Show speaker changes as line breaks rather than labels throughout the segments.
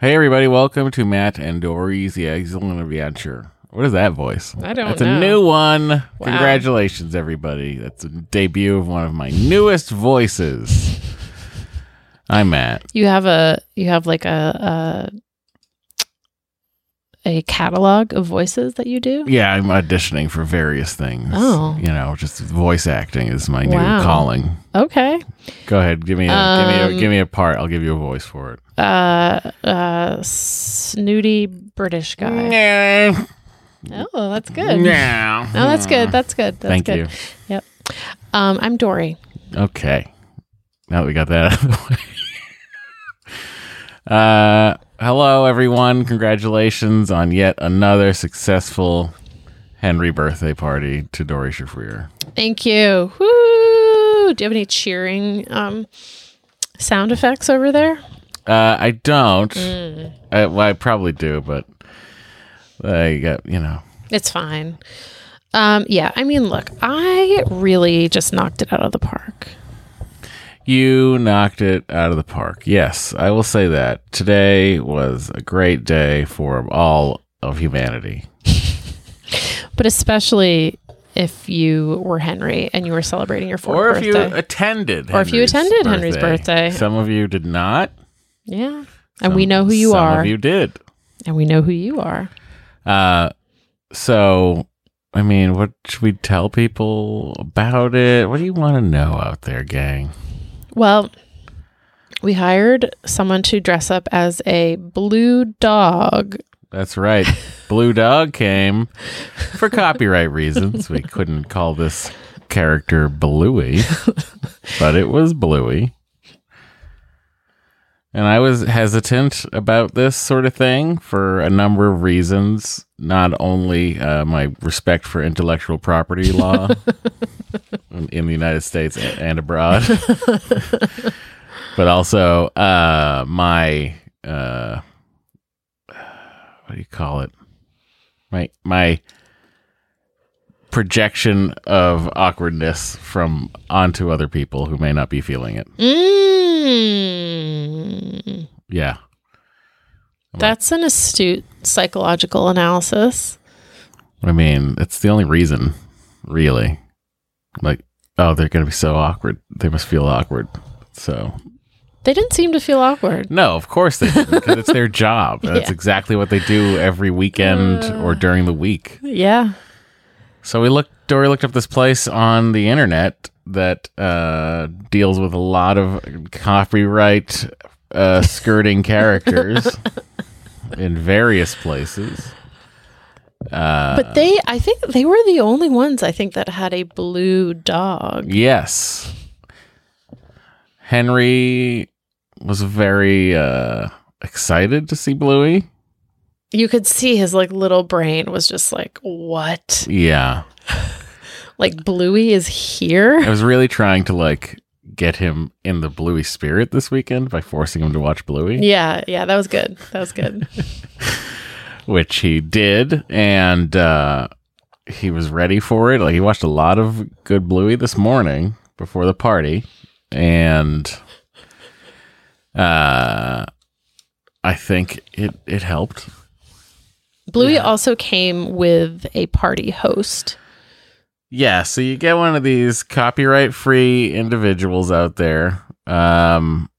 Hey everybody, welcome to Matt and Dory's The Excellent Adventure. What is that voice?
I don't
That's
know.
a new one. Congratulations everybody. That's a debut of one of my newest voices. I'm Matt.
You have a you have like a a, a catalog of voices that you do.
Yeah, I'm auditioning for various things.
Oh.
You know, just voice acting is my new
Wow.
calling.
Okay.
Go ahead, give me a give me a
Um,
give me a part. I'll give you a voice for it.
Uh, uh, snooty British guy.
Nah.
Oh, that's good.
Nah.
No, Oh, that's good. That's good. That's
Thank
good.
you.
Um, I'm Dory.
Okay. Now that we got that out of the way. uh, hello, everyone. Congratulations on yet another successful Henry birthday party to Dory Shafrir.
Thank you. Woo! Do you have any cheering um sound effects over there?
Uh, I don't. I, well, I probably do, but I got, you know.
It's fine. Um, yeah. I mean, look, I really just knocked it out of the park.
You knocked it out of the park. Yes, I will say that. Today was a great day for all of humanity.
But especially if you were Henry and you were celebrating your fourth
or if
birthday.
you attended
Or if you attended Henry's birthday.
some of you did not
yeah. And we know who you
some
are.
of you did
and we know who you are.
uh so i mean what should we tell people about it what do you want to know out there gang
Well, we hired someone to dress up as a blue dog.
that's right blue dog came for copyright reasons we couldn't call this character bluey but it was bluey and i was hesitant about this sort of thing for a number of reasons not only uh, my respect for intellectual property law in, in the united states a- and abroad but also uh, my uh, what do you call it my my projection of awkwardness from onto other people who may not be feeling it.
Mm.
Yeah.
That's an astute psychological analysis.
I mean, it's the only reason, really. Like, oh, they're going to be so awkward. They must feel awkward. So,
They didn't seem to feel awkward.
no, of course they didn't, because it's their job. and That's
Yeah.
exactly what they do every weekend or during the week.
Yeah.
So we looked. Dory looked up this place on the internet that uh, deals with a lot of copyright uh, skirting characters in various places. Uh.
But they, I think they were the only ones, I think, that had a blue dog.
Yes, Henry was very uh, excited to see Bluey.
you could see his like little brain was just like what
Yeah,
like bluey is here
I was really trying to like get him in the Bluey spirit this weekend by forcing him to watch Bluey.
yeah yeah that was good that was good
which he did, and uh, he was ready for it. Like he watched a lot of Good Bluey this morning before the party, and uh, I think it it helped.
bluey also came with a party host
Yeah, so you get one of these copyright free individuals out there, um,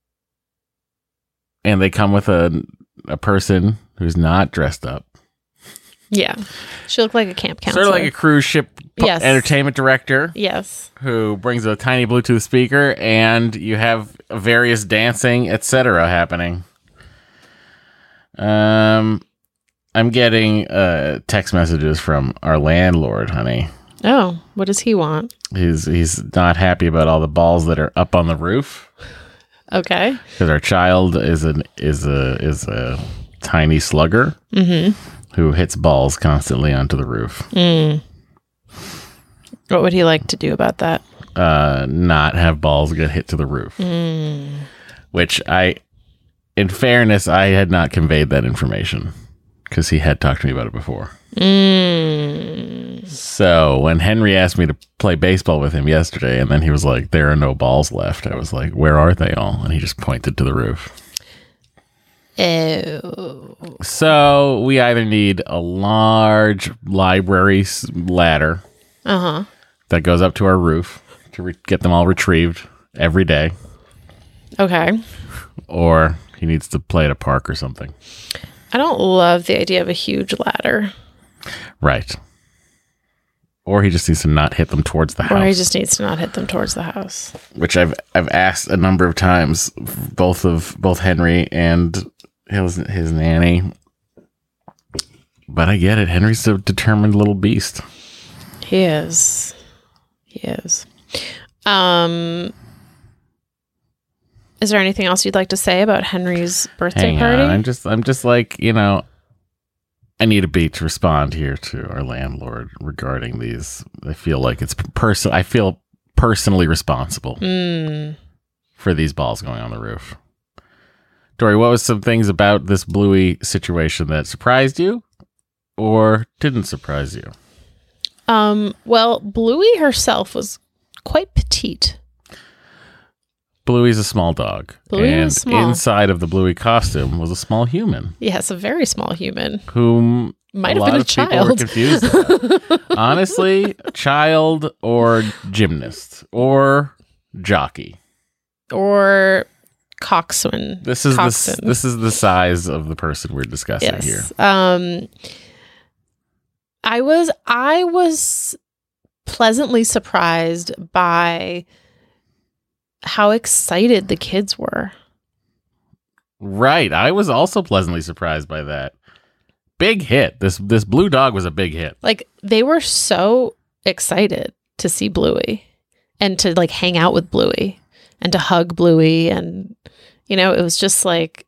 and they come with a a person who's not dressed up.
yeah she looked like a camp counselor
Sort of like a cruise ship pu-
Yes.
entertainment director.
yes
who brings a tiny Bluetooth speaker, and you have various dancing, etc., happening. Um, I'm getting uh text messages from our landlord, honey.
oh what does he want
He's he's not happy about all the balls that are up on the roof
okay
because our child is an is a is a tiny slugger
mm-hmm
who hits balls constantly onto the roof.
mm. what would he like to do about that
Uh, not have balls get hit to the roof.
mm.
which I, in fairness, I had not conveyed that information because he had talked to me about it before.
Mm.
So when Henry asked me to play baseball with him yesterday, and then he was like, "There are no balls left," I was like, "Where are they all?" And he just pointed to the roof.
Oh.
So we either need a large library s- ladder
Uh huh.
that goes up to our roof to re- get them all retrieved every day,
Okay.
or he needs to play at a park or something.
I don't love the idea of a huge ladder,
Right. Or he just needs to not hit them towards the
or he
house,
just needs to not hit them towards the house.
which I've I've asked a number of times, both of both Henry and his his nanny. But I get it. Henry's a determined little beast.
He is. He is. Um. Is there anything else you'd like to say about Henry's birthday
Hang
party?
on. I'm just I'm just like, you know, I need a beat to respond here to our landlord regarding these. I feel like it's person I feel personally responsible
Mm.
for these balls going on the roof. Dory, what was some things about this bluey situation that surprised you or didn't surprise you?
Um. Well, Bluey herself was quite petite.
Bluey's a small dog.
Bluey
and
was small.
inside of the bluey costume was a small human
Yes, a very small human.
whom
Might
a
have been
lot
a
of people were
child.
confused about. Honestly, child or gymnast or jockey.
or coxswain.
This is the, s-
Coxswain.
this is the size of the person we're discussing
yes.
here.
Um, I was I was pleasantly surprised by how excited the kids were.
Right. I was also pleasantly surprised by that. Big hit. This this blue dog was a big hit.
Like they were so excited to see Bluey and to like hang out with Bluey and to hug Bluey and you know, it was just like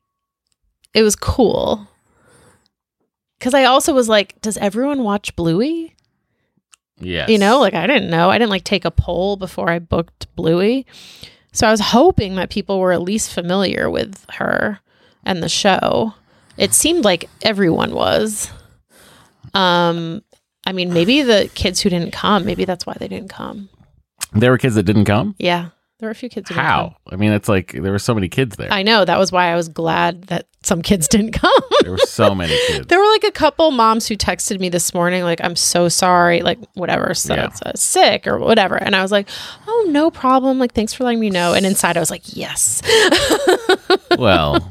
it was cool. Cuz I also was like, does everyone watch Bluey?
Yes.
You know, like I didn't know. I didn't like take a poll before I booked Bluey. So I was hoping that people were at least familiar with her and the show. It seemed like everyone was. Um I mean, maybe the kids who didn't come, maybe that's why they didn't come.
there were kids that didn't come?
Yeah. There were a few kids who didn't come.
How? I mean, it's like there were so many kids there.
I know. That was why I was glad that some kids didn't come.
there were so many kids.
There were like a couple moms who texted me this morning, like, I'm so sorry, like, whatever, so
Yeah.
so sick or whatever. And I was like, oh, no problem. Like, thanks for letting me know. And inside, I was like, yes.
well,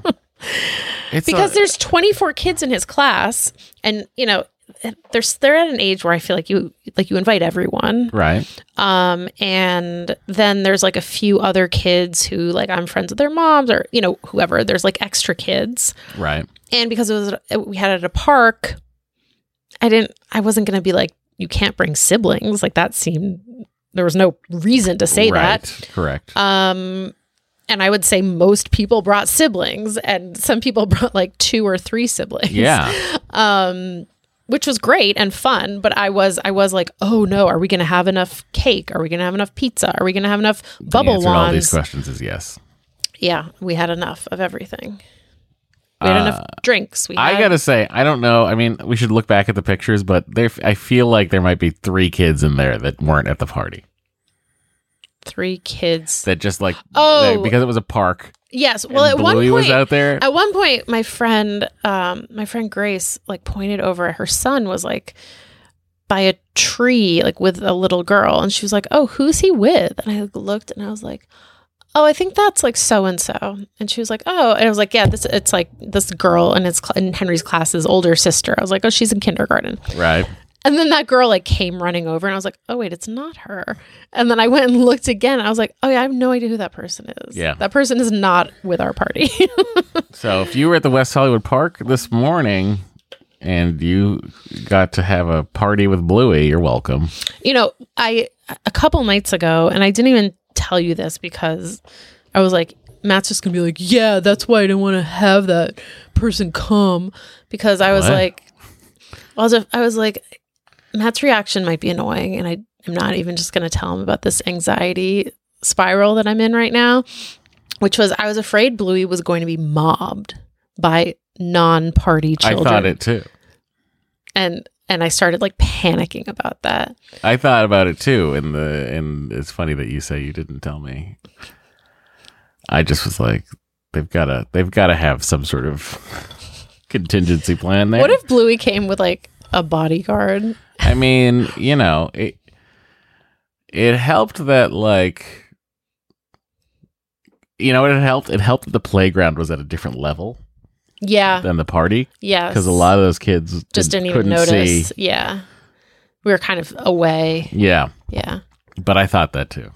it's
because
a,
there's 24 kids in his class. And, you know, there's, they're at an age where I feel like you, like, you invite everyone.
right.
Um, and then there's like a few other kids who, like, I'm friends with their moms or, you know, whoever. There's like extra kids.
Right.
and because it was it- we had it at a park i didn't i wasn't going to be like you can't bring siblings like that seemed there was no reason to say
right. Correct.
that um and i would say most people brought siblings and some people brought like two or three siblings
yeah.
um which was great and fun but i was i was like oh no are we going to have enough cake are we going to have enough pizza are we going to have enough bubble
answer to all these
wands
questions is yes.
yeah we had enough of everything we had enough drinks we
Uh, I
had
gotta say, I don't know. I mean, we should look back at the pictures, but there, I feel like there might be three kids in there that weren't at the party.
three kids
That just like,
Oh.
they- because it was a park.
Yes. Well, at
Bluey
one
was
point,
out there.
at one point, my friend, um, my friend Grace, like pointed over. at Her son was like by a tree, like with a little girl, and she was like, "Oh, who's he with?" And I like, looked, and I was like, "Oh, I think that's like so and so." And she was like, "Oh," and I was like, "Yeah, this it's like this girl in his cl- in Henry's class's older sister." I was like, "Oh, she's in kindergarten."
right.
And then that girl like came running over, and I was like, "Oh wait, it's not her." And then I went and looked again. And I was like, "Oh yeah, I have no idea who that person is.
Yeah.
that person is not with our party."
So if you were at the West Hollywood Park this morning and you got to have a party with Bluey, you're welcome.
you know, I a couple nights ago, and I didn't even tell you this because I was like, Matt's just gonna be like, "Yeah, that's why I didn't want to have that person come," because I was
What?
like, I was I was like, Matt's reaction might be annoying, and I am not even just gonna tell him about this anxiety spiral that I'm in right now, which was I was afraid Bluey was going to be mobbed by non-party children,
I thought it too.
and and I started like panicking about that.
I thought about it too, and the and it's funny that you say you didn't tell me. I just was like, They've got to they've got to have some sort of contingency plan there.
What if Bluey came with like a bodyguard?
I mean, you know, it it helped that like you know, it helped it helped that the playground was at a different level
Yeah.
than the party
Yes.
because a lot of those kids
just didn't even
couldn't see-
notice. Yeah. We were kind of away.
Yeah,
Yeah.
but I thought that too.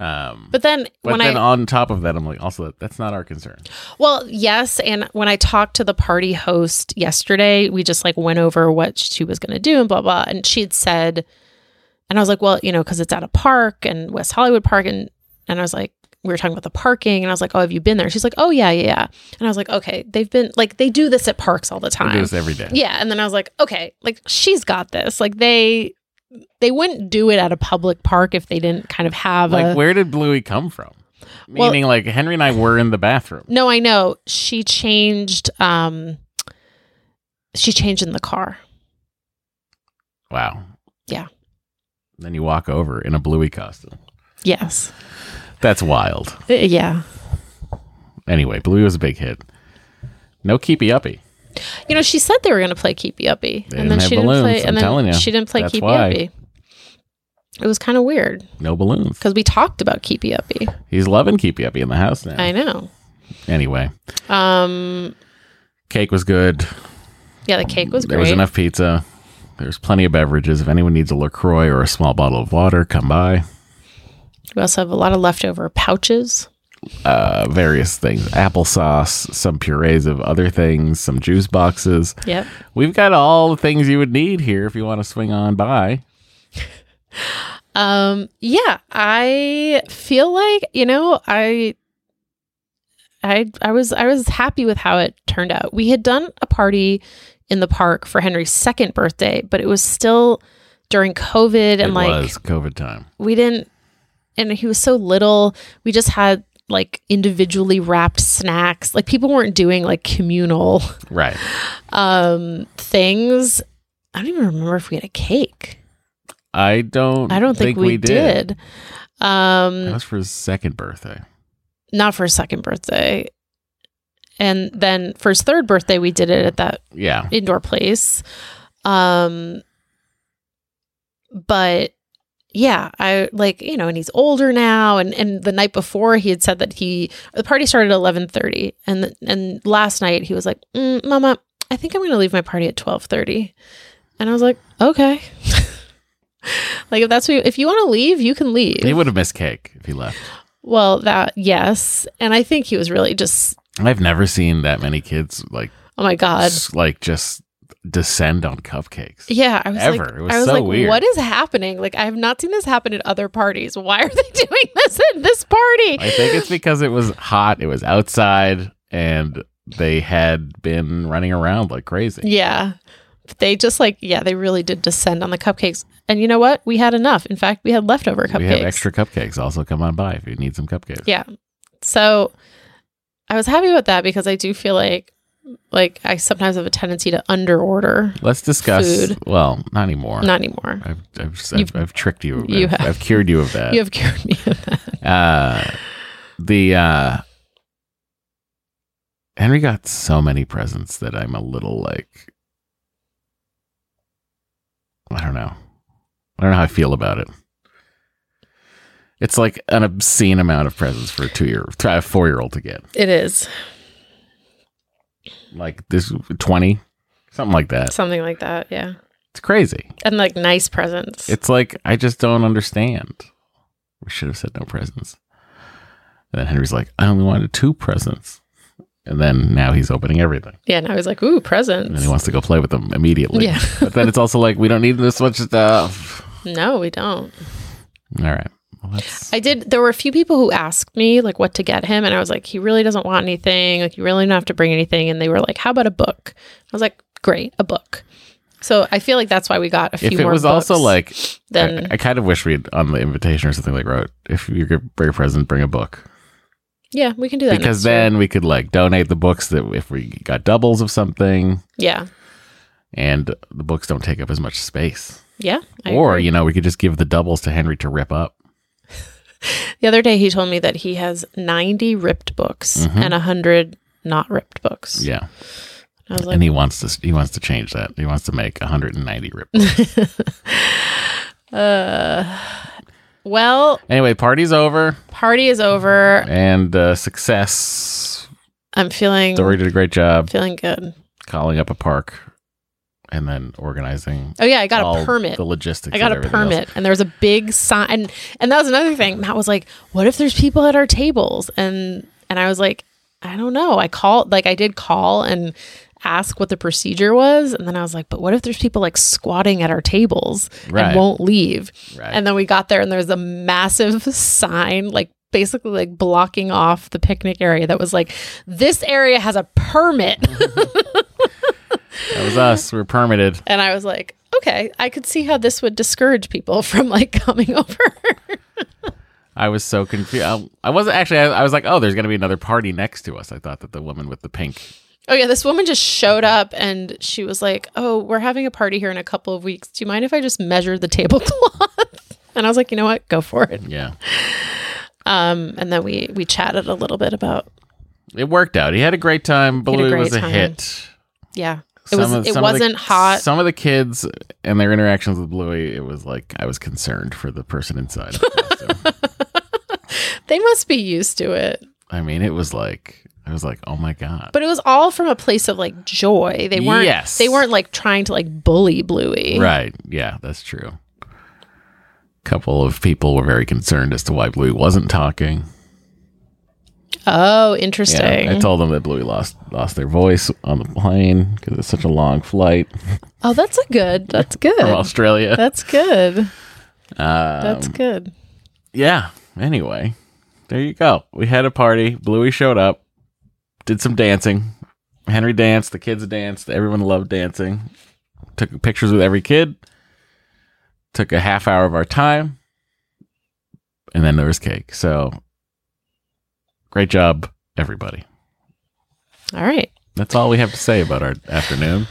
Um, but,
But then when
then
I
on top of that, I'm like, also that- that's not our concern.
Well, yes, and when I talked to the party host yesterday, we just like went over what she was going to do and blah blah, and she had said, and I was like, well, you know, because it's at a park and West Hollywood Park, and and I was like, we were talking about the parking, and I was like, oh, have you been there? She's like, oh yeah, yeah, yeah, and I was like, okay, they've been like they do this at parks all the
We do
time,
this every day.
yeah, and then I was like, okay, like she's got this, like they they wouldn't do it at a public park if they didn't kind of have a
Like, where did Bluey come from?
Well-
Meaning, like Henry and I were in the bathroom.
No, I know. She changed um she changed in the car.
Wow.
Yeah.
Then you walk over in a Bluey costume.
Yes.
That's wild.
Uh, Yeah.
Anyway, Bluey was a big hit. No keepy uppy.
You know, she said they were going to play Keepy Uppy
They didn't have balloons, I'm
and
telling
then
you.
she didn't play
That's
Keepy
why.
Uppy. It was kind of weird
No balloons.
cuz we talked about Keepy Uppy.
He's loving keepy uppy in the house now.
I know.
Anyway,
Um
cake was good.
yeah, the cake was
there
great.
was enough pizza. There's plenty of beverages. If anyone needs a LaCroix or a small bottle of water, come by.
We also have a lot of leftover pouches.
Uh, various things applesauce, some purees of other things, some juice boxes.
Yep.
We've got all the things you would need here if you want to swing on by.
Um yeah, I feel like, you know, I I I was I was happy with how it turned out. We had done a party in the park for Henry's second birthday, but it was still during COVID and
it
like
was COVID time.
we didn't and he was so little. We just had like individually wrapped snacks. Like people weren't doing like communal
Right.
um things. I don't even remember if we had a cake.
I don't
I don't think, we, did. Um
That was for his second birthday.
not for his second birthday. And then for his third birthday, we did it at that
Yeah.
indoor place. Um, but yeah, I like you know, and he's older now. And and the night before, he had said that he the party started at eleven thirty, and the, and last night he was like, mm, "Mama, I think I'm going to leave my party at twelve 12:30. And I was like, "Okay." like if that's what you, if you want to leave, you can leave.
He would have missed cake if he left.
Well, that yes, and I think he was really just
I've never seen that many kids like
oh my god,
s- like just descend on cupcakes.
yeah. I was
Ever.
like,
It was
I was
so
like,
weird.
what is happening? Like, I have not seen this happen at other parties. Why are they doing this at this party?
I think it's because it was hot, it was outside, and they had been running around like crazy.
yeah, But they just like yeah, they really did descend on the cupcakes. And you know what? We had enough. In fact, we had leftover cupcakes.
We have extra cupcakes. Also, come on by if you need some cupcakes.
Yeah. So I was happy with that because I do feel like like I sometimes have a tendency to underorder.
Let's discuss.
Food.
Well, not anymore.
Not anymore.
I've, I've, just-
You've-
I've, I've tricked you.
you
I've,
have.
I've cured you of that.
You have cured me of that.
uh, the uh, Henry got so many presents that I'm a little like, I don't know, I don't know how I feel about it. It's like an obscene amount of presents for a two year, a four year old to get,
It is
like this twenty, something like that.
something like that. Yeah.
It's crazy.
and like nice presents.
It's like I just don't understand. We should have said no presents. And then Henry's like, I only wanted two presents. And then now he's opening everything.
yeah, and I was like, ooh,
And
presents.
then he wants to go play with them immediately.
Yeah.
but then it's also like we don't need this much stuff.
no, we don't.
All right. Well, that's,
I did. There were a few people who asked me like what to get him, and I was like, he really doesn't want anything. Like, you really don't have to bring anything. And they were like, how about a book? I was like, great, a book. So I feel like that's why we got a few
if it
more.
was also
books
like
then
I, I kind of wish we had on the invitation or something like wrote if you're gonna bring a present, bring a book.
yeah, we can do that
Because
next year.
then we could like donate the books that if we got doubles of something
yeah,
and the books don't take up as much space.
yeah, I
or
agree.
you know, we could just give the doubles to Henry to rip up.
The other day, he told me that he has 90 ripped books
Mhm.
and 100 not ripped books.
Yeah,
I was like,
and he wants to he wants to change that. He wants to make 190 rip.
uh, well,
anyway, party's over
party is over.
and uh, success.
I'm feeling
Dory did a great job
feeling good.
calling up a park and then organizing.
Oh yeah, I got
all
a permit.
The logistics.
I got
of
a
everything else.
permit, and there was a big sign, and, and that was another thing. Matt was like, "What if there's people at our tables?" and and I was like, "I don't know." I called, like, I did call and ask what the procedure was, and then I was like, "But what if there's people like squatting at our tables
Right.
and won't leave?"
Right.
And then we got there, and there's a massive sign, like basically like blocking off the picnic area that was like, "This area has a permit."
Mm-hmm. that was us. We were permitted.
And I was like, okay, I could see how this would discourage people from like coming over.
I was so confused. I, I wasn't actually. I, I was like, oh, there's gonna be another party next to us. I thought that the woman with the pink.
oh, yeah, this woman just showed up and she was like, oh, we're having a party here in a couple of weeks. Do you mind if I just measure the tablecloth? and I was like, you know what? Go for it.
Yeah,
Um, and then we we chatted a little bit about
it worked out. He had a great time.
had a
Baloo
great
was a
time.
hit.
yeah. It was
of-
it
of the-
wasn't hot.
Some of the kids and their interactions with Bluey, it was like I was concerned for the person inside. So,
they must be used to it.
I mean, it was like I was like, oh my god.
But it was all from a place of like joy. They weren't
Yes.
they weren't like trying to like bully Bluey.
right? Yeah, that's true. Couple of people were very concerned as to why Bluey wasn't talking.
Oh,
Yeah,
interesting.
I told them that Bluey lost lost their voice on the plane because it's such a long flight
oh, that's a good. That's
from
good.
Australia.
That's
Um,
good.
Uh,
That's good.
yeah. Anyway, there you go. We had a party. Bluey showed up, did some dancing. Henry danced. The kids danced. Everyone loved dancing. Took pictures with every kid. Took a half hour of our time, and then there was cake. So, great job, everybody.
All right.
That's all we have to say about our afternoon.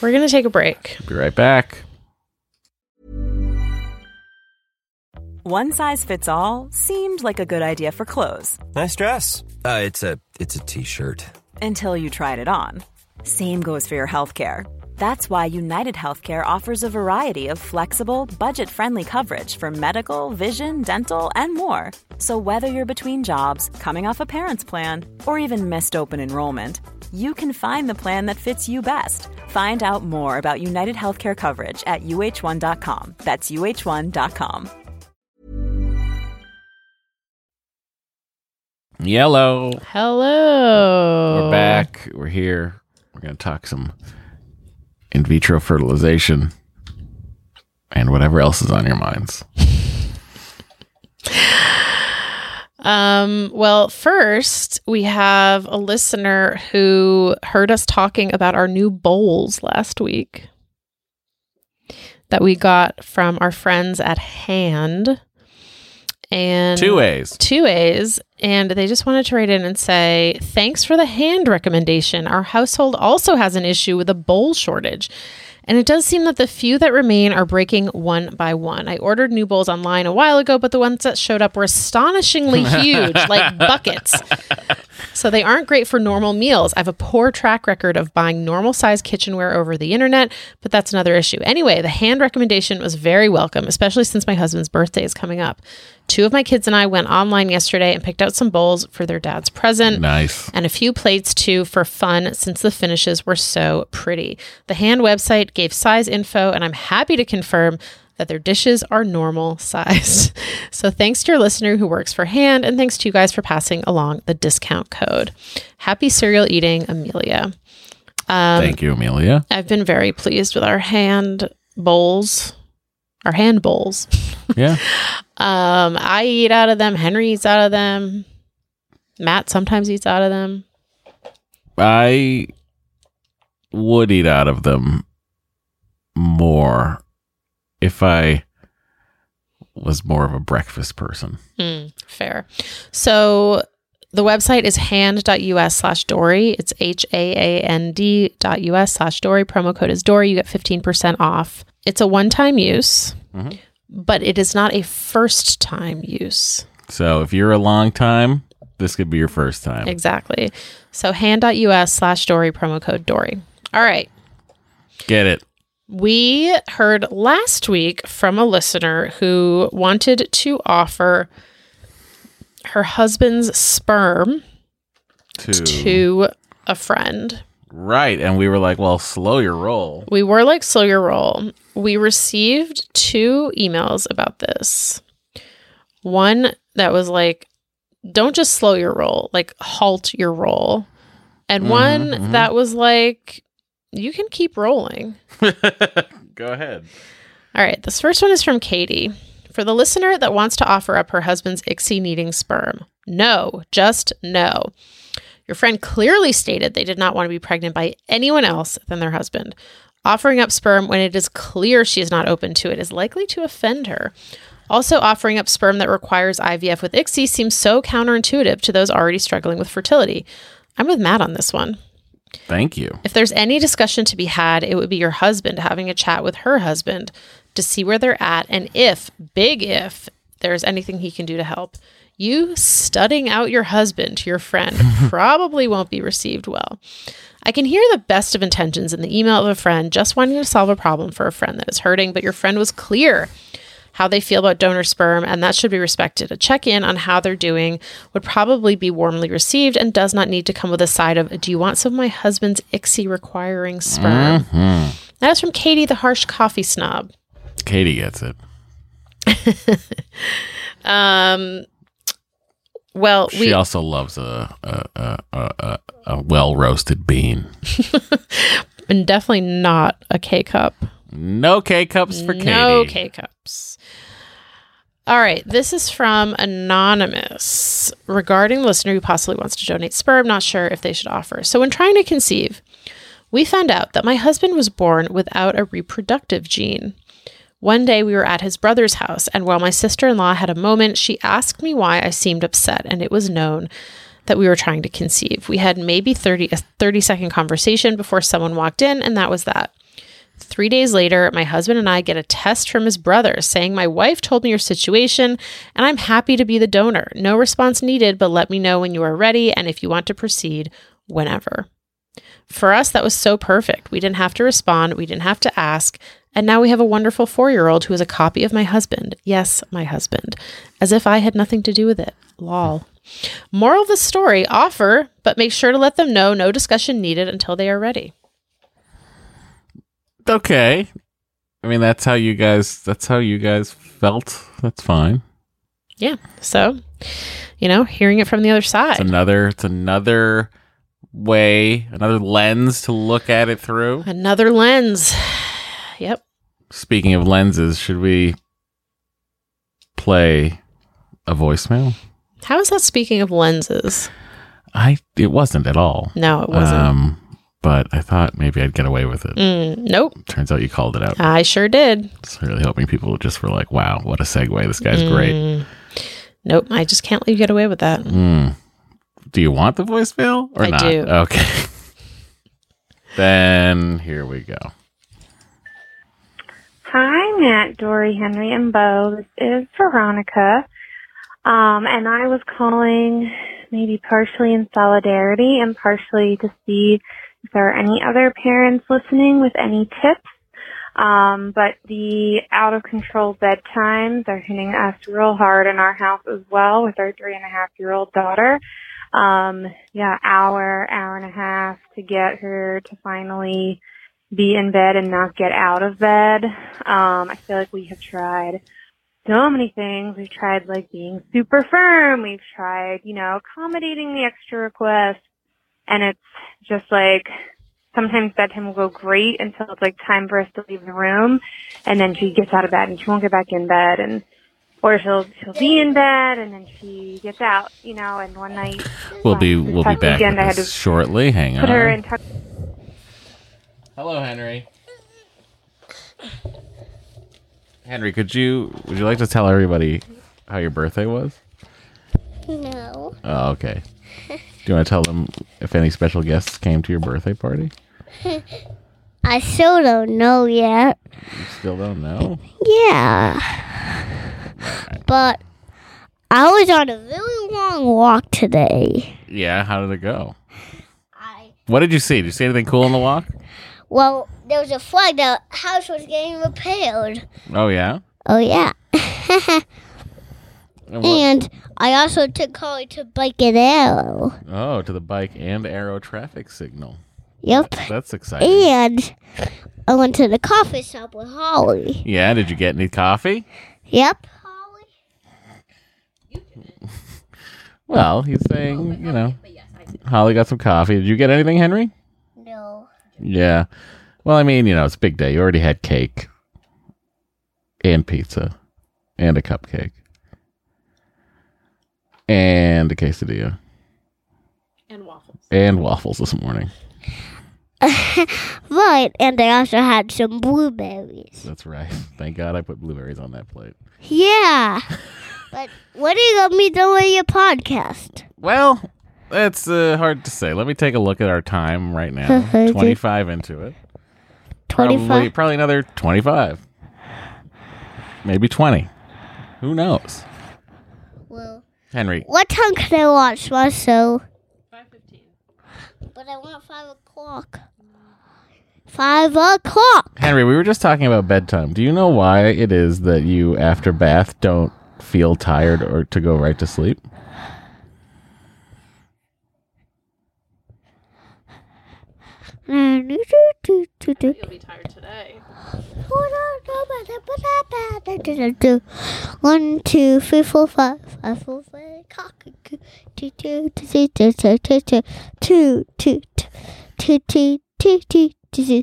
We're going to take a break.
Be right back.
One size fits all seemed like a good idea for clothes
Nice dress. Uh, it's a it's a t-shirt.
until you tried it on. Same goes for your healthcare. That's why United Healthcare offers a variety of flexible, budget-friendly coverage for medical, vision, dental, and more. So whether you're between jobs, coming off a parent's plan, or even missed open enrollment, you can find the plan that fits you best. Find out more about United Healthcare coverage at uh1.com. That's uh1.com.
Yellow.
Hello.
We're back. We're here. We're going to talk some in vitro fertilization and whatever else is on your minds.
Um, well, first, we have a listener who heard us talking about our new bowls last week that we got from our friends at Hand. And
Two ways.
two A's, and they just wanted to write in and say, Thanks for the hand recommendation. Our household also has an issue with a bowl shortage. And it does seem that the few that remain are breaking one by one. I ordered new bowls online a while ago, but the ones that showed up were astonishingly huge, like buckets. So they aren't great for normal meals. I have a poor track record of buying normal size kitchenware over the internet, but that's another issue. Anyway, the hand recommendation was very welcome, especially since my husband's birthday is coming up. Two of my kids and I went online yesterday and picked out some bowls for their dad's present
Nice.
and a few plates too for fun since the finishes were so pretty. The hand website gave size info, and I'm happy to confirm that their dishes are normal sized. so thanks to your listener who works for hand, and thanks to you guys for passing along the discount code. Happy cereal eating, Amelia. Um,
Thank you, Amelia.
I've been very pleased with our hand bowls, our hand bowls.
Yeah.
Um, I eat out of them. Henry eats out of them. Matt sometimes eats out of them.
I would eat out of them more if I was more of a breakfast person.
Mm, fair. So the website is hand.us slash Dory. It's H A A N D dot US slash Dory. Promo code is Dory. You get 15% off. It's a one time use,
Mhm.
but it is not a first time use.
So if you're a long time, this could be your first time.
Exactly. So hand.us slash Dory promo code Dory. All right.
Get it.
We heard last week from a listener who wanted to offer her husband's sperm
Two.
to a friend.
Right. And we were like, well, slow your roll.
We were like, slow your roll. We received two emails about this. One that was like, don't just slow your roll, like, halt your roll. And one that was like, you can keep rolling.
Go ahead.
All right, this first one is from Katie. For the listener that wants to offer up her husband's ICSI needing sperm, no, just no. Your friend clearly stated they did not want to be pregnant by anyone else than their husband. Offering up sperm when it is clear she is not open to it is likely to offend her. Also, offering up sperm that requires IVF with ICSI seems so counterintuitive to those already struggling with fertility. I'm with Matt on this one.
Thank you.
If there's any discussion to be had, it would be your husband having a chat with her husband to see where they're at and if, big if, there's anything he can do to help. You studying out your husband to your friend probably won't be received well. I can hear the best of intentions in the email of a friend just wanting to solve a problem for a friend that is hurting, but your friend was clear how they feel about donor sperm, and that should be respected. A check in on how they're doing would probably be warmly received and does not need to come with a side of, Do you want some of my husband's ICSI requiring sperm? That is from Katie, the harsh coffee snob.
Katie gets it.
Well,
she
we
also loves a a, a, a, a, a well roasted bean.
and definitely not a K cup.
No K cups for Katie.
No K cups. All right. This is from Anonymous regarding the listener who possibly wants to donate sperm, not sure if they should offer. So, when trying to conceive, we found out that my husband was born without a reproductive gene. One day we were at his brother's house, and while my sister in law had a moment, she asked me why I seemed upset, and it was known that we were trying to conceive. We had maybe 30, a 30 second conversation before someone walked in, and that was that. Three days later, my husband and I get a test from his brother saying, My wife told me your situation, and I'm happy to be the donor. No response needed, but let me know when you are ready and if you want to proceed whenever. For us, that was so perfect. We didn't have to respond, we didn't have to ask. And now we have a wonderful four year old who is a copy of my husband. Yes, my husband. As if I had nothing to do with it. Lol. Moral of the story offer, but make sure to let them know no discussion needed until they are ready.
Okay. I mean that's how you guys that's how you guys felt. That's fine.
Yeah. So, you know, hearing it from the other side.
It's another it's another way, another lens to look at it through.
Another lens. Yep.
Speaking of lenses, should we play a voicemail?
How is that speaking of lenses?
I it wasn't at all.
No, it wasn't.
Um but I thought maybe I'd get away with it.
Mm, nope.
Turns out you called it out.
I sure did.
It's really hoping people just were like, wow, what a segue. This guy's great.
Mm. Nope. I just can't let you get away with that.
Mm. Do you want the voicemail or
I
not?
do.
Okay. then here we go.
Hi, Matt, Dory, Henry, and Bo. This is Veronica. Um, and I was calling maybe partially in solidarity and partially to see if there are any other parents listening with any tips. Um, but the out of control bedtimes are hitting us real hard in our house as well with our three and a half year old daughter. Um, yeah, hour, hour and a half to get her to finally be in bed and not get out of bed. Um, I feel like we have tried so many things. We've tried like being super firm. We've tried, you know, accommodating the extra requests. And it's just like sometimes bedtime will go great until it's like time for us to leave the room. And then she gets out of bed and she won't get back in bed and or she'll she'll be in bed and then she gets out, you know, and one night
We'll be
last-
we'll be
last
back
weekend I
with
had
this
to
shortly. Hang
put her in
on.
tuck
Hello, Henry. Henry, could you would you like to tell everybody how your birthday was?
No.
Oh, okay. Do you want to tell them if any special guests came to your birthday party?
I still don't know yet.
Still don't know.
Yeah. But I was on a really long walk today.
Yeah, how did it go?
I
What did you see? Did you see anything cool on the walk?
well, there was a flag that house was getting repaired.
Oh yeah.
Oh yeah.
And what-
and I also took Carly to Bike and Arrow.
Oh, to the bike and arrow traffic signal.
Yep.
That's exciting.
And I went to the coffee shop with Holly.
Yeah, did you get any coffee?
Yep.
Well, he's saying, you know, Holly got some coffee. Did you get anything, Henry?
No.
Yeah. Well, I mean, you know, it's a big day. You already had cake and pizza and a cupcake and a quesadilla
And waffles.
and waffles this morning.
Right, and I also had some blueberries.
That's right. Thank God I put blueberries on that plate.
Yeah. but what are you gonna be doing in your podcast?
Well, that's uh, hard to say. Let me take a look at our time right now. 25 into it.
Twenty
Probably,
five.
probably another 25. Maybe 20. Who knows?
Well,
Henry.
what time can I watch my show? Five fifteen. But I want five o'clock. Five o'clock.
Henry, we were just talking about bedtime. Do you know why it is that you, after bath, don't feel tired or to go right to sleep?
You'll be tired today.
One, two, three, four, five, five, four, five, cock, two, two, two, two, two, two, two, two, two, two, two, two, two, two, two, two,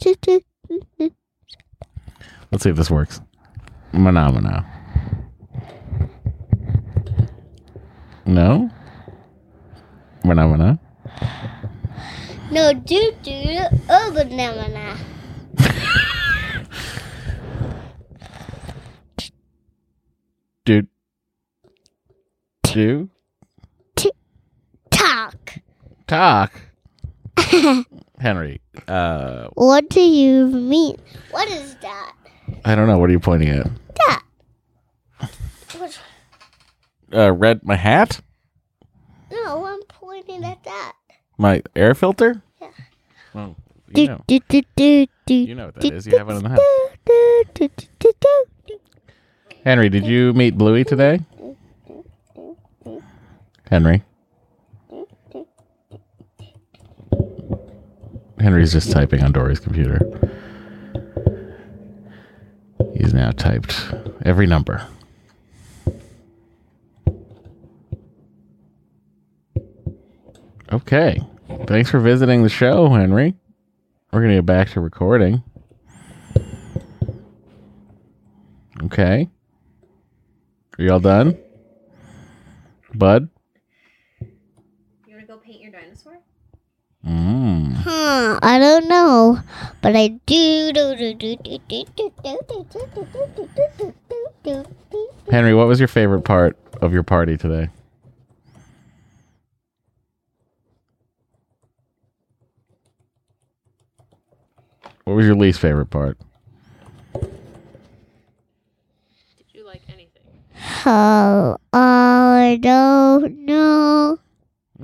two, two.
Let's see if this works. Phenomena. No? Phenomena.
No, do do oh, over banana.
Do. Do.
Talk.
Talk. Henry. Uh,
What do you mean? What is that?
I don't know. What are you pointing at?
That.
Uh, red. My hat?
No, I'm pointing at that.
My air filter? Yeah. Well, you know.
do, do, do, do,
You know what that is. You have it in the house. Henry, did you meet Bluey today? Henry. Henry's just typing on Dory's computer. He's now typed every number. Okay. Thanks for visiting the show, Henry. We're going to get back to recording. Okay. Are y'all done? Bud?
You want to go paint your dinosaur?
Mm.
Huh, I don't know, but I do do do do do do do do do do do do do do do do.
Henry, what was your favorite part of your party today? What was your least favorite part?
Did you like anything?
Oh, I don't know.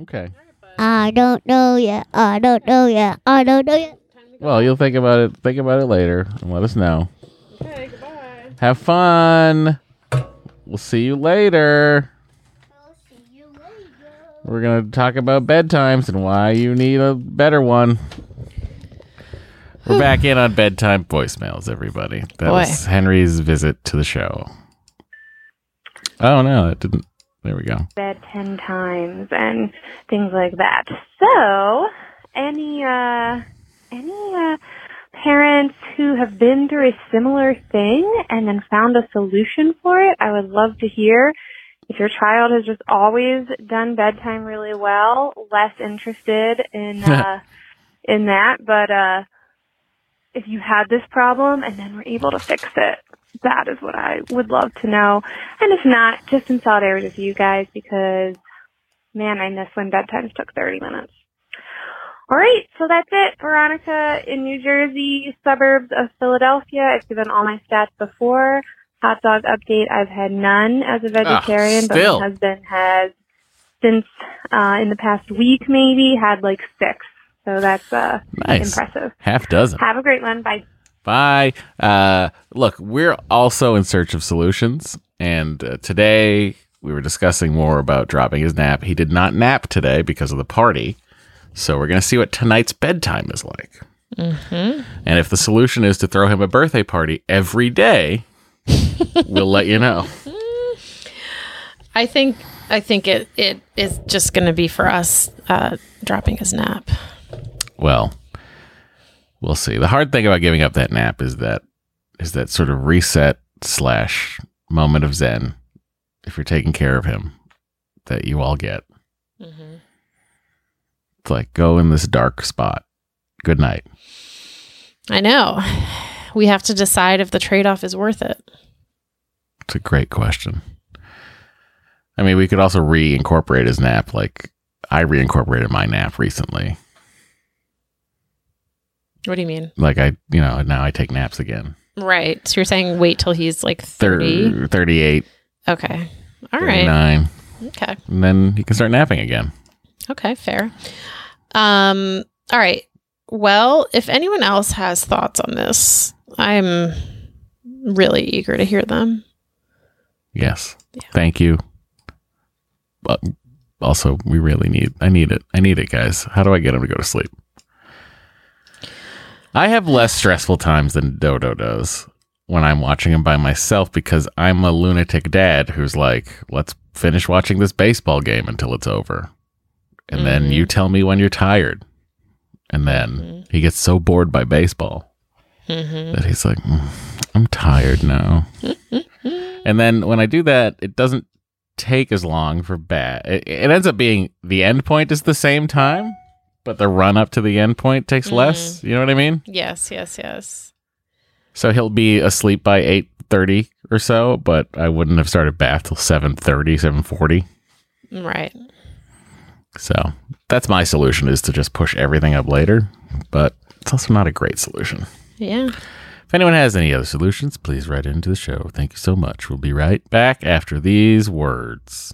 Okay.
I don't know yet. I don't know yet. I don't know yet.
Well, you'll think about it. Think about it later and let us know. Okay, goodbye. Have fun. We'll see you later. We're going to talk about bedtimes and why you need a better one. We're back in on bedtime voicemails, everybody. That
Boy.
was Henry's visit to the show. Oh, no, it didn't. There we go.
bed 10 times and things like that. So, any, uh, any, uh, parents who have been through a similar thing and then found a solution for it, I would love to hear. If your child has just always done bedtime really well, less interested in, uh, in that, but, uh, if you had this problem and then were able to fix it, that is what I would love to know. And if not, just in solidarity with you guys because, man, I miss when bedtimes took 30 minutes. All right, so that's it. Veronica in New Jersey, suburbs of Philadelphia. I've given all my stats before. Hot dog update. I've had none as a vegetarian, but
Ah, still.
my husband has since uh, in the past week maybe had like six. So that's uh,
Nice.
impressive.
Half dozen.
Have a great one. Bye.
Bye. Uh, look, we're also in search of solutions. And uh, today we were discussing more about dropping his nap. He did not nap today because of the party. So we're going to see what tonight's bedtime is like. And if the solution is to throw him a birthday party every day, we'll let you know.
I think I think it it is just going to be for us uh, dropping his nap.
Well, we'll see. The hard thing about giving up that nap is that is that sort of reset slash moment of zen. If you're taking care of him, that you all get.
Mm-hmm.
It's like go in this dark spot. Good night.
I know. We have to decide if the trade off is worth it.
It's a great question. I mean, we could also reincorporate his nap. Like I reincorporated my nap recently.
What do you mean?
Like I, you know, now I take naps again.
Right. So you're saying wait till he's like
Thir-
30.
38,
Okay. All right.
39.
Okay.
And then he can start napping again.
Okay, fair. Um all right. Well, if anyone else has thoughts on this, I'm really eager to hear them.
Yes. Thank you. But also, we really need. I need it. I need it, guys. How do I get him to go to sleep? I have less stressful times than Dodo does when I'm watching him by myself because I'm a lunatic dad who's like, "Let's finish watching this baseball game until it's over, and then you tell me when you're tired." And then he gets so bored by baseball that he's like, "Mm, "I'm tired now." And then when I do that, it doesn't take as long for bat. It, it ends up being the end point is the same time, but the run up to the end point takes less. You know what I mean?
Yes, yes, yes.
So he'll be asleep by eight thirty or so, but I wouldn't have started bath till 7.30, 7.40.
Right.
So that's my solution is to just push everything up later, but it's also not a great solution.
Yeah.
If anyone has any other solutions, please write into the show. Thank you so much. We'll be right back after these words.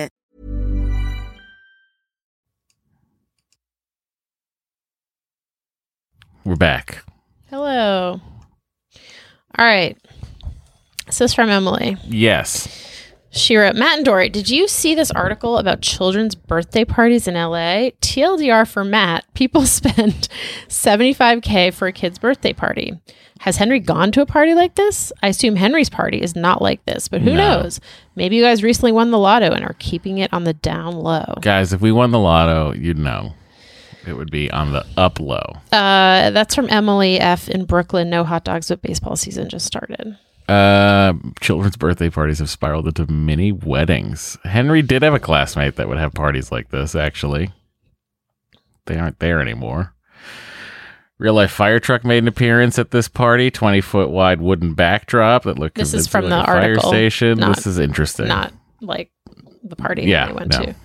We're back.
Hello. All right. This is from Emily.
Yes.
She wrote, Matt and Dory, did you see this article about children's birthday parties in LA? TLDR for Matt, people spend 75K for a kid's birthday party. Has Henry gone to a party like this? I assume Henry's party is not like this, but who
No.
knows? Maybe you guys recently won the lotto and are keeping it on the down low.
Guys, if we won the lotto, you'd know. It would be on the up low.
Uh, that's from Emily F. in Brooklyn. No hot dogs, but baseball season just started.
Uh, children's birthday parties have spiraled into mini weddings. Henry did have a classmate that would have parties like this, actually. They aren't there anymore. Real life fire truck made an appearance at this party. Twenty foot wide wooden backdrop that looked
This is
convincingly
from
like
the
a
article,
fire station.
not-
this is interesting.
Not like the party
Yeah,
they went
no.
to.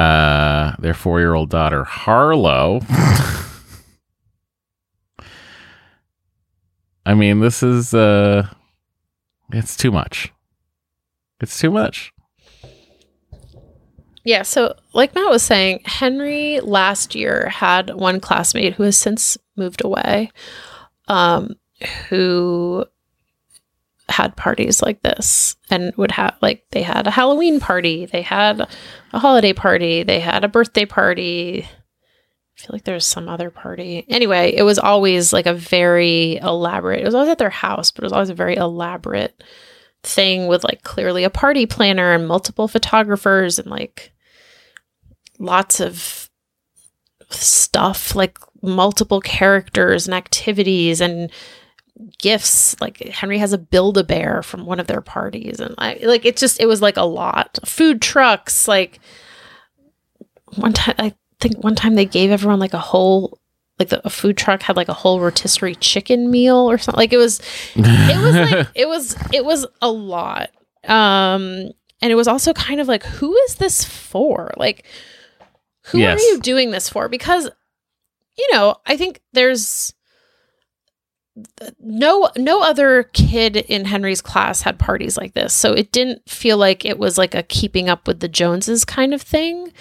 Uh, their four year old daughter, Harlow. I mean, this is, uh, it's too much. It's too much.
Yeah, so like Matt was saying, Henry last year had one classmate who has since moved away, um, who had parties like this and would have like they had a Halloween party, they had a holiday party, they had a birthday party. I feel like there's some other party. Anyway, it was always like a very elaborate. It was always at their house, but it was always a very elaborate thing with like clearly a party planner and multiple photographers and like lots of stuff like multiple characters and activities and gifts. Like Henry has a build a bear from one of their parties, and I, like it just it was like a lot. Food trucks, like one time I think one time they gave everyone like a whole like the, a food truck had like a whole rotisserie chicken meal or something. Like it was it was like it was it was a lot. Um and it was also kind of like who is this for? Like who
Yes.
are you doing this for? Because you know, I think there's no no other kid in Henry's class had parties like this. So it didn't feel like it was like a keeping up with the Joneses kind of thing.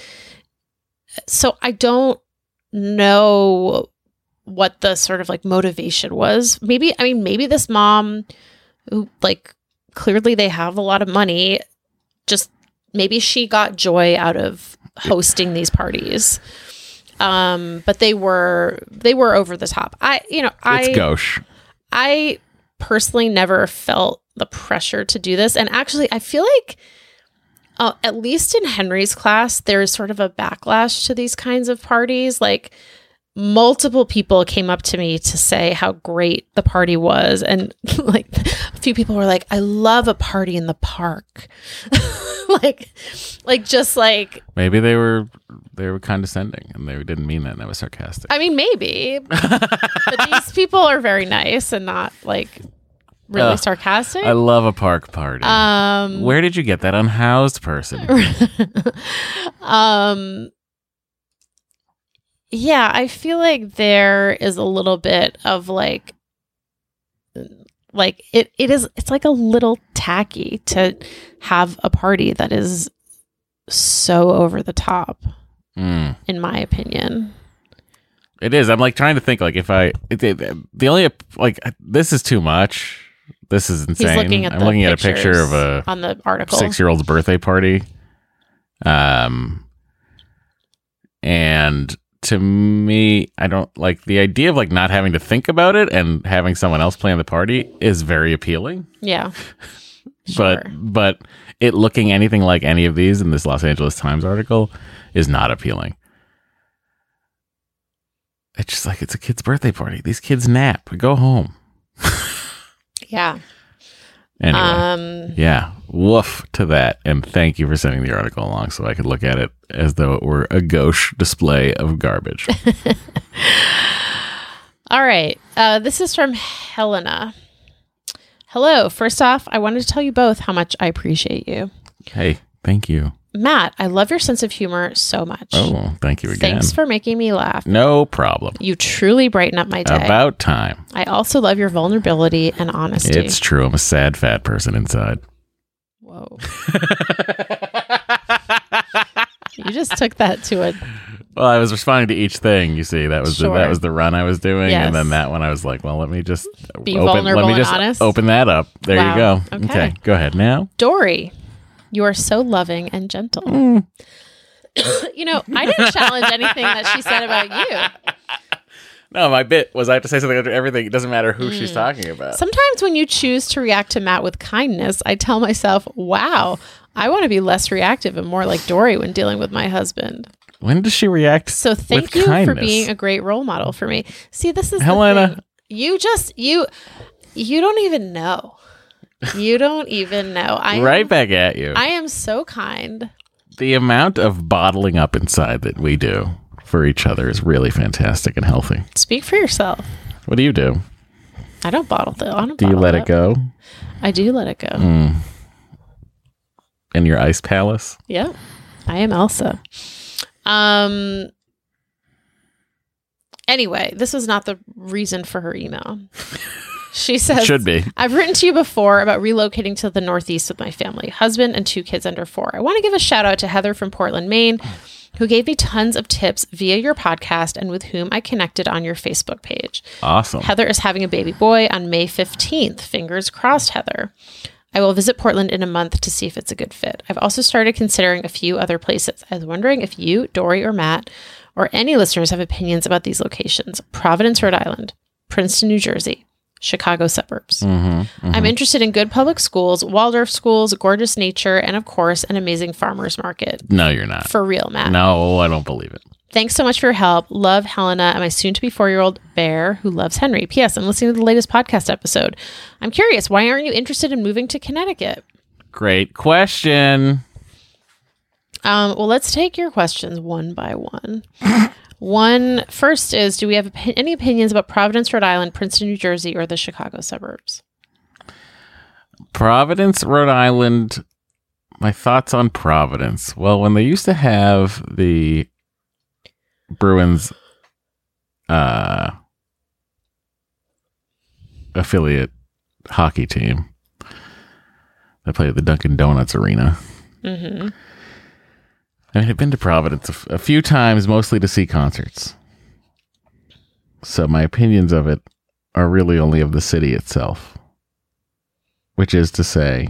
So I don't know what the sort of like motivation was. Maybe I mean maybe this mom who like clearly they have a lot of money just maybe she got joy out of hosting these parties. Um but they were they were over the top. I you know I
it's gauche.
I personally never felt the pressure to do this. And actually, I feel like, uh, at least in Henry's class, there is sort of a backlash to these kinds of parties. Like, multiple people came up to me to say how great the party was. And like, a few people were like, I love a party in the park. like, like, just like,
Maybe they were they were condescending and they didn't mean that. and That was sarcastic.
I mean, maybe, but these people are very nice and not like really
Uh,
sarcastic.
I love a park party.
um,
Where did you get that unhoused person?
um yeah i feel like there is a little bit of like like it, it is it's like a little tacky to have a party that is so over the top
Mm.
in my opinion
It is. I'm like trying to think. Like if I it, it- the only like this is too much. This is
he's
insane.
looking at
I'm
the
looking at a picture
pictures
of a
on the article
six year old's birthday party. Um, and to me, I don't like the idea of like not having to think about it and having someone else plan the party is very appealing.
yeah Sure.
But but it looking anything like any of these in this Los Angeles Times article is not appealing. It's just like it's a kid's birthday party. These kids nap, go home.
yeah
Anyway,
um
yeah, woof to that, and thank you for sending the article along so I could look at it as though it were a gauche display of garbage.
All right. Uh, this is from Helena. Hello. First off, I wanted to tell you both how much I appreciate you.
hey, thank you.
Matt, I love your sense of humor so much.
Oh, thank you again.
Thanks for making me laugh.
no problem.
You truly brighten up my day.
About time.
I also love your vulnerability and honesty.
It's true. I'm a sad fat person inside.
Whoa. you just took that to a.
Well, I was responding to each thing. You see, that was the,
Sure.
that was the run I was doing,
Yes.
and then that one I was like, well, let me just
Be
open,
vulnerable
let me
and
just
honest?
open that up. There
Wow.
you go.
Okay.
Okay. go ahead now.
Dory, you are so loving and gentle.
Mm.
you know, I didn't challenge anything that she said about you.
No, my bit was I have to say something after everything. It doesn't matter who
Mm.
she's talking about.
Sometimes when you choose to react to Matt with kindness, I tell myself, wow, I want to be less reactive and more like Dory when dealing with my husband.
when does she react?
So thank
with
you for
kindness?
being a great role model for me. See, this is the
Helena.
thing. You just you you don't even know. You don't even know. I
right
am,
back at you.
I am so kind.
the amount of bottling up inside that we do for each other is really fantastic and healthy.
Speak for yourself.
What do you do?
I don't bottle though. I don't
Do you
bottle
let it go
I do let it go.
in your ice palace?
Yeah. I am Elsa. Um anyway, this was not the reason for her email. She says
Should be.
I've written to you before about relocating to the Northeast with my family, husband, and two kids under four. I want to give a shout out to Heather from Portland, Maine, who gave me tons of tips via your podcast and with whom I connected on your Facebook page.
Awesome.
Heather is having a baby boy on May 15th. Fingers crossed, Heather. I will visit Portland in a month to see if it's a good fit. I've also started considering a few other places. I was wondering if you, Dory, or Matt, or any listeners have opinions about these locations Providence, Rhode Island, Princeton, New Jersey, Chicago suburbs. I'm interested in good public schools, Waldorf schools, gorgeous nature, and of course, an amazing farmer's market.
No, you're not.
For real, Matt.
No, I don't believe it.
Thanks so much for your help. Love Helena and my soon to be four year old bear who loves Henry. P.S. I'm listening to the latest podcast episode. I'm curious, why aren't you interested in moving to Connecticut?
Great question.
Um, well, let's take your questions one by one. one first is Do we have opi- any opinions about Providence, Rhode Island, Princeton, New Jersey, or the Chicago suburbs?
Providence, Rhode Island. My thoughts on Providence. Well, when they used to have the Bruins uh, affiliate hockey team that played at the Dunkin' Donuts Arena,
Mm-hmm.
I mean, I've been to Providence a, f- a few times, mostly to see concerts. So my opinions of it are really only of the city itself, which is to say,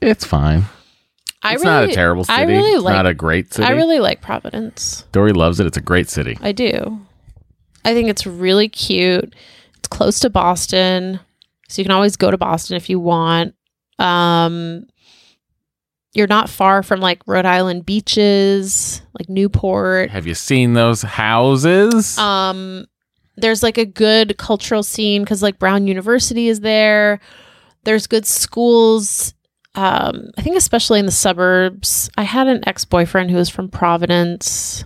it's fine.
I
it's
really,
not a terrible city.
I really
it's
like.
not a great city.
I really like Providence.
Dory loves it. It's a great city.
I do. I think it's really cute. It's close to Boston, so you can always go to Boston if you want. Um, you're not far from like Rhode Island beaches, like Newport.
Have you seen those houses?
Um, there's like a good cultural scene because like Brown University is there. There's good schools. Um, I think especially in the suburbs. I had an ex boyfriend who was from Providence.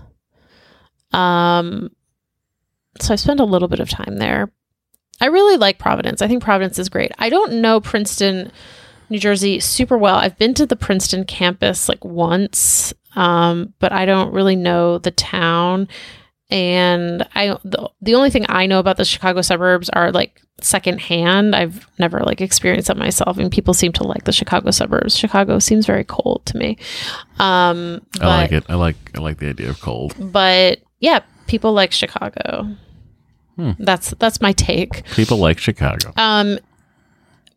Um, so I spent a little bit of time there. I really like Providence. I think Providence is great. I don't know Princeton, New Jersey super well. I've been to the Princeton campus like once, um, but I don't really know the town and I the, the only thing I know about the Chicago suburbs are like secondhand. I've never like experienced that myself, and people seem to like the Chicago suburbs. Chicago seems very cold to me. Um, but,
Oh, I like it. I like I like the idea of cold.
but yeah, people like Chicago.
Hmm.
That's that's my take.
People like Chicago.
Um,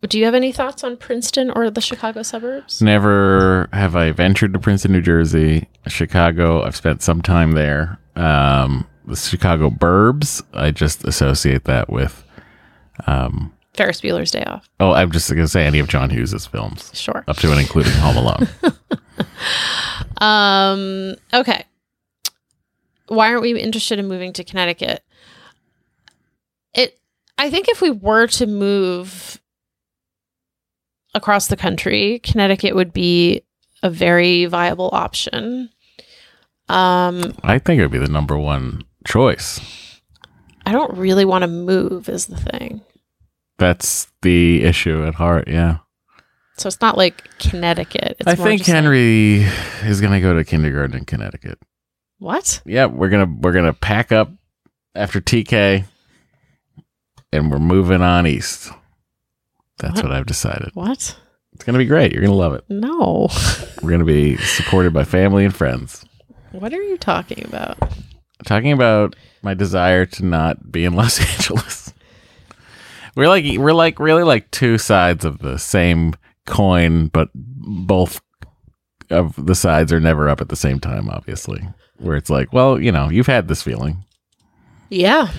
do you have any thoughts on Princeton or the Chicago suburbs?
Never have I ventured to Princeton, New Jersey, Chicago. I've spent some time there. Um, the Chicago Burbs, I just associate that with. Um,
Ferris Bueller's Day Off,
oh, I'm just going to say any of John Hughes's films,
sure.
up to and including Home Alone.
Um, okay. Why aren't we interested in moving to Connecticut? It I think if we were to move across the country, Connecticut would be a very viable option. Um,
I think it would be the number one choice.
I don't really want to move is the thing.
That's the issue at heart. Yeah.
So it's not like Connecticut. It's
I
more
think
just like-
Henry is going to go to kindergarten in Connecticut.
what?
yeah, we're gonna we're gonna pack up after TK, and we're moving on east. That's
What?
what I've decided.
What?
It's gonna be great. You're gonna love it.
No.
We're gonna be supported by family and friends.
what are you talking about?
Talking about my desire to not be in Los Angeles. We're like we're like really like two sides of the same coin, but both of the sides are never up at the same time. Obviously, where it's like, well, you know, you've had this feeling.
Yeah.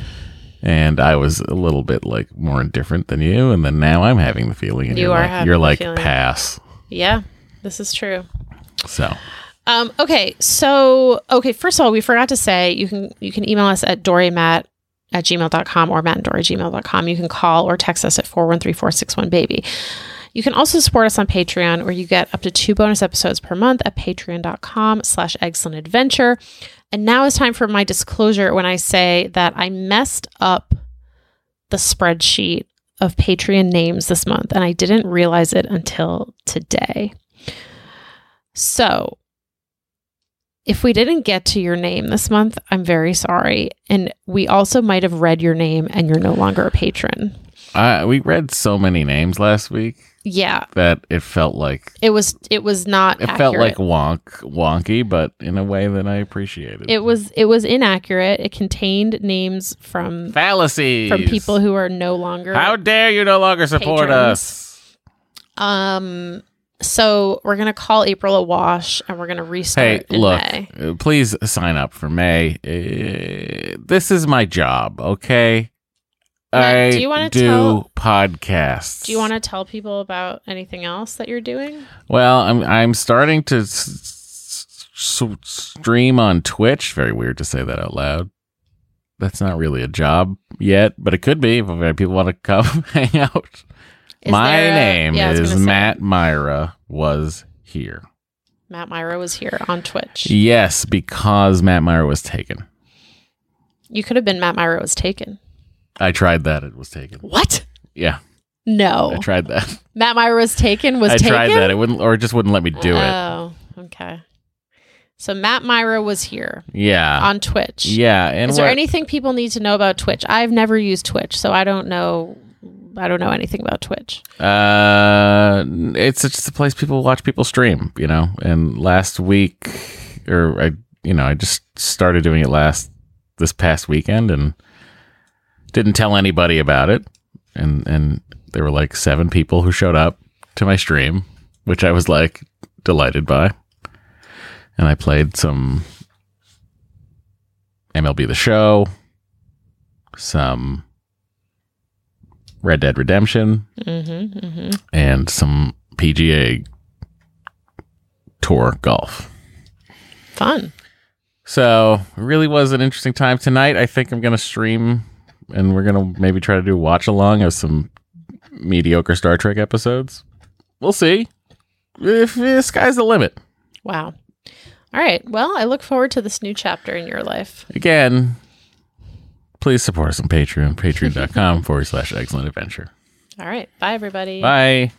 and I was a little bit like more indifferent than you, and then now I'm having the feeling, and
You
you're
are
like,
having
you're
the
like
feeling.
pass.
Yeah. This is true.
So
Um, okay, so okay, first of all, we forgot to say you can you can email us at dorymat at gmail.com or mattanddory@gmail.com. You can call or text us at 413-461-BABY. You can also support us on Patreon, where you get up to two bonus episodes per month at patreon.com slash excellent adventure. And now it's time for my disclosure when I say that I messed up the spreadsheet of Patreon names this month, and I didn't realize it until today. So if we didn't get to your name this month, I'm very sorry. And we also might have read your name and you're no longer a patron.
I, we read so many names last week
Yeah.
that it felt like
It was it was not
it felt like wonk wonky, but in a way that I appreciated.
it was it was inaccurate. It contained names from
fallacies
from people who are no longer
How dare you no longer support
Patrons.
us?
um so we're gonna call April a wash and we're gonna
Hey,
restart in
look,
May.
uh, please sign up for May. Uh, this is my job, okay?
Matt,
I
do you wanna
do
tell-
podcasts.
Do you want to tell people about anything else that you're doing?
Well, I'm I'm starting to s- s- s- stream on Twitch. Very weird to say that out loud. That's not really a job yet, but it could be if people want to come hang out.
Is
My
there a-
name
Yeah, I was
is
gonna say.
Matt Myra was here.
Matt Myra was here on Twitch.
Yes, because Matt Myra was taken.
You could have been Matt Myra was taken.
I tried that. It was taken.
What?
Yeah, I
No.
tried that.
Matt Myra was taken Oh. was
I
taken.
tried that. It wouldn't, or it just wouldn't let me do it.
Oh, okay. So Matt Myra was here
Yeah,
on Twitch.
Ah. yeah. And
Is there
what-
anything people need to know about Twitch? I've never used Twitch, so I don't know. I don't know anything about Twitch.
Uh, it's just a place people watch people stream, you know. And last week, or I, you know, I just started doing it last this past weekend and didn't tell anybody about it. And and there were like seven people who showed up to my stream, which I was like delighted by. And I played some MLB The Show, some Red Dead Redemption
Mm-hmm, mm-hmm.
and some PGA Tour golf.
Fun.
So it really was an interesting time tonight. I think I'm going to stream, and we're going to maybe try to do watch along of some mediocre Star Trek episodes. We'll see. If the sky's the limit.
Wow. All right. Well, I look forward to this new chapter in your life.
Again, please support us on Patreon, patreon.com forward slash excellent adventure.
All right. Bye, everybody.
Bye.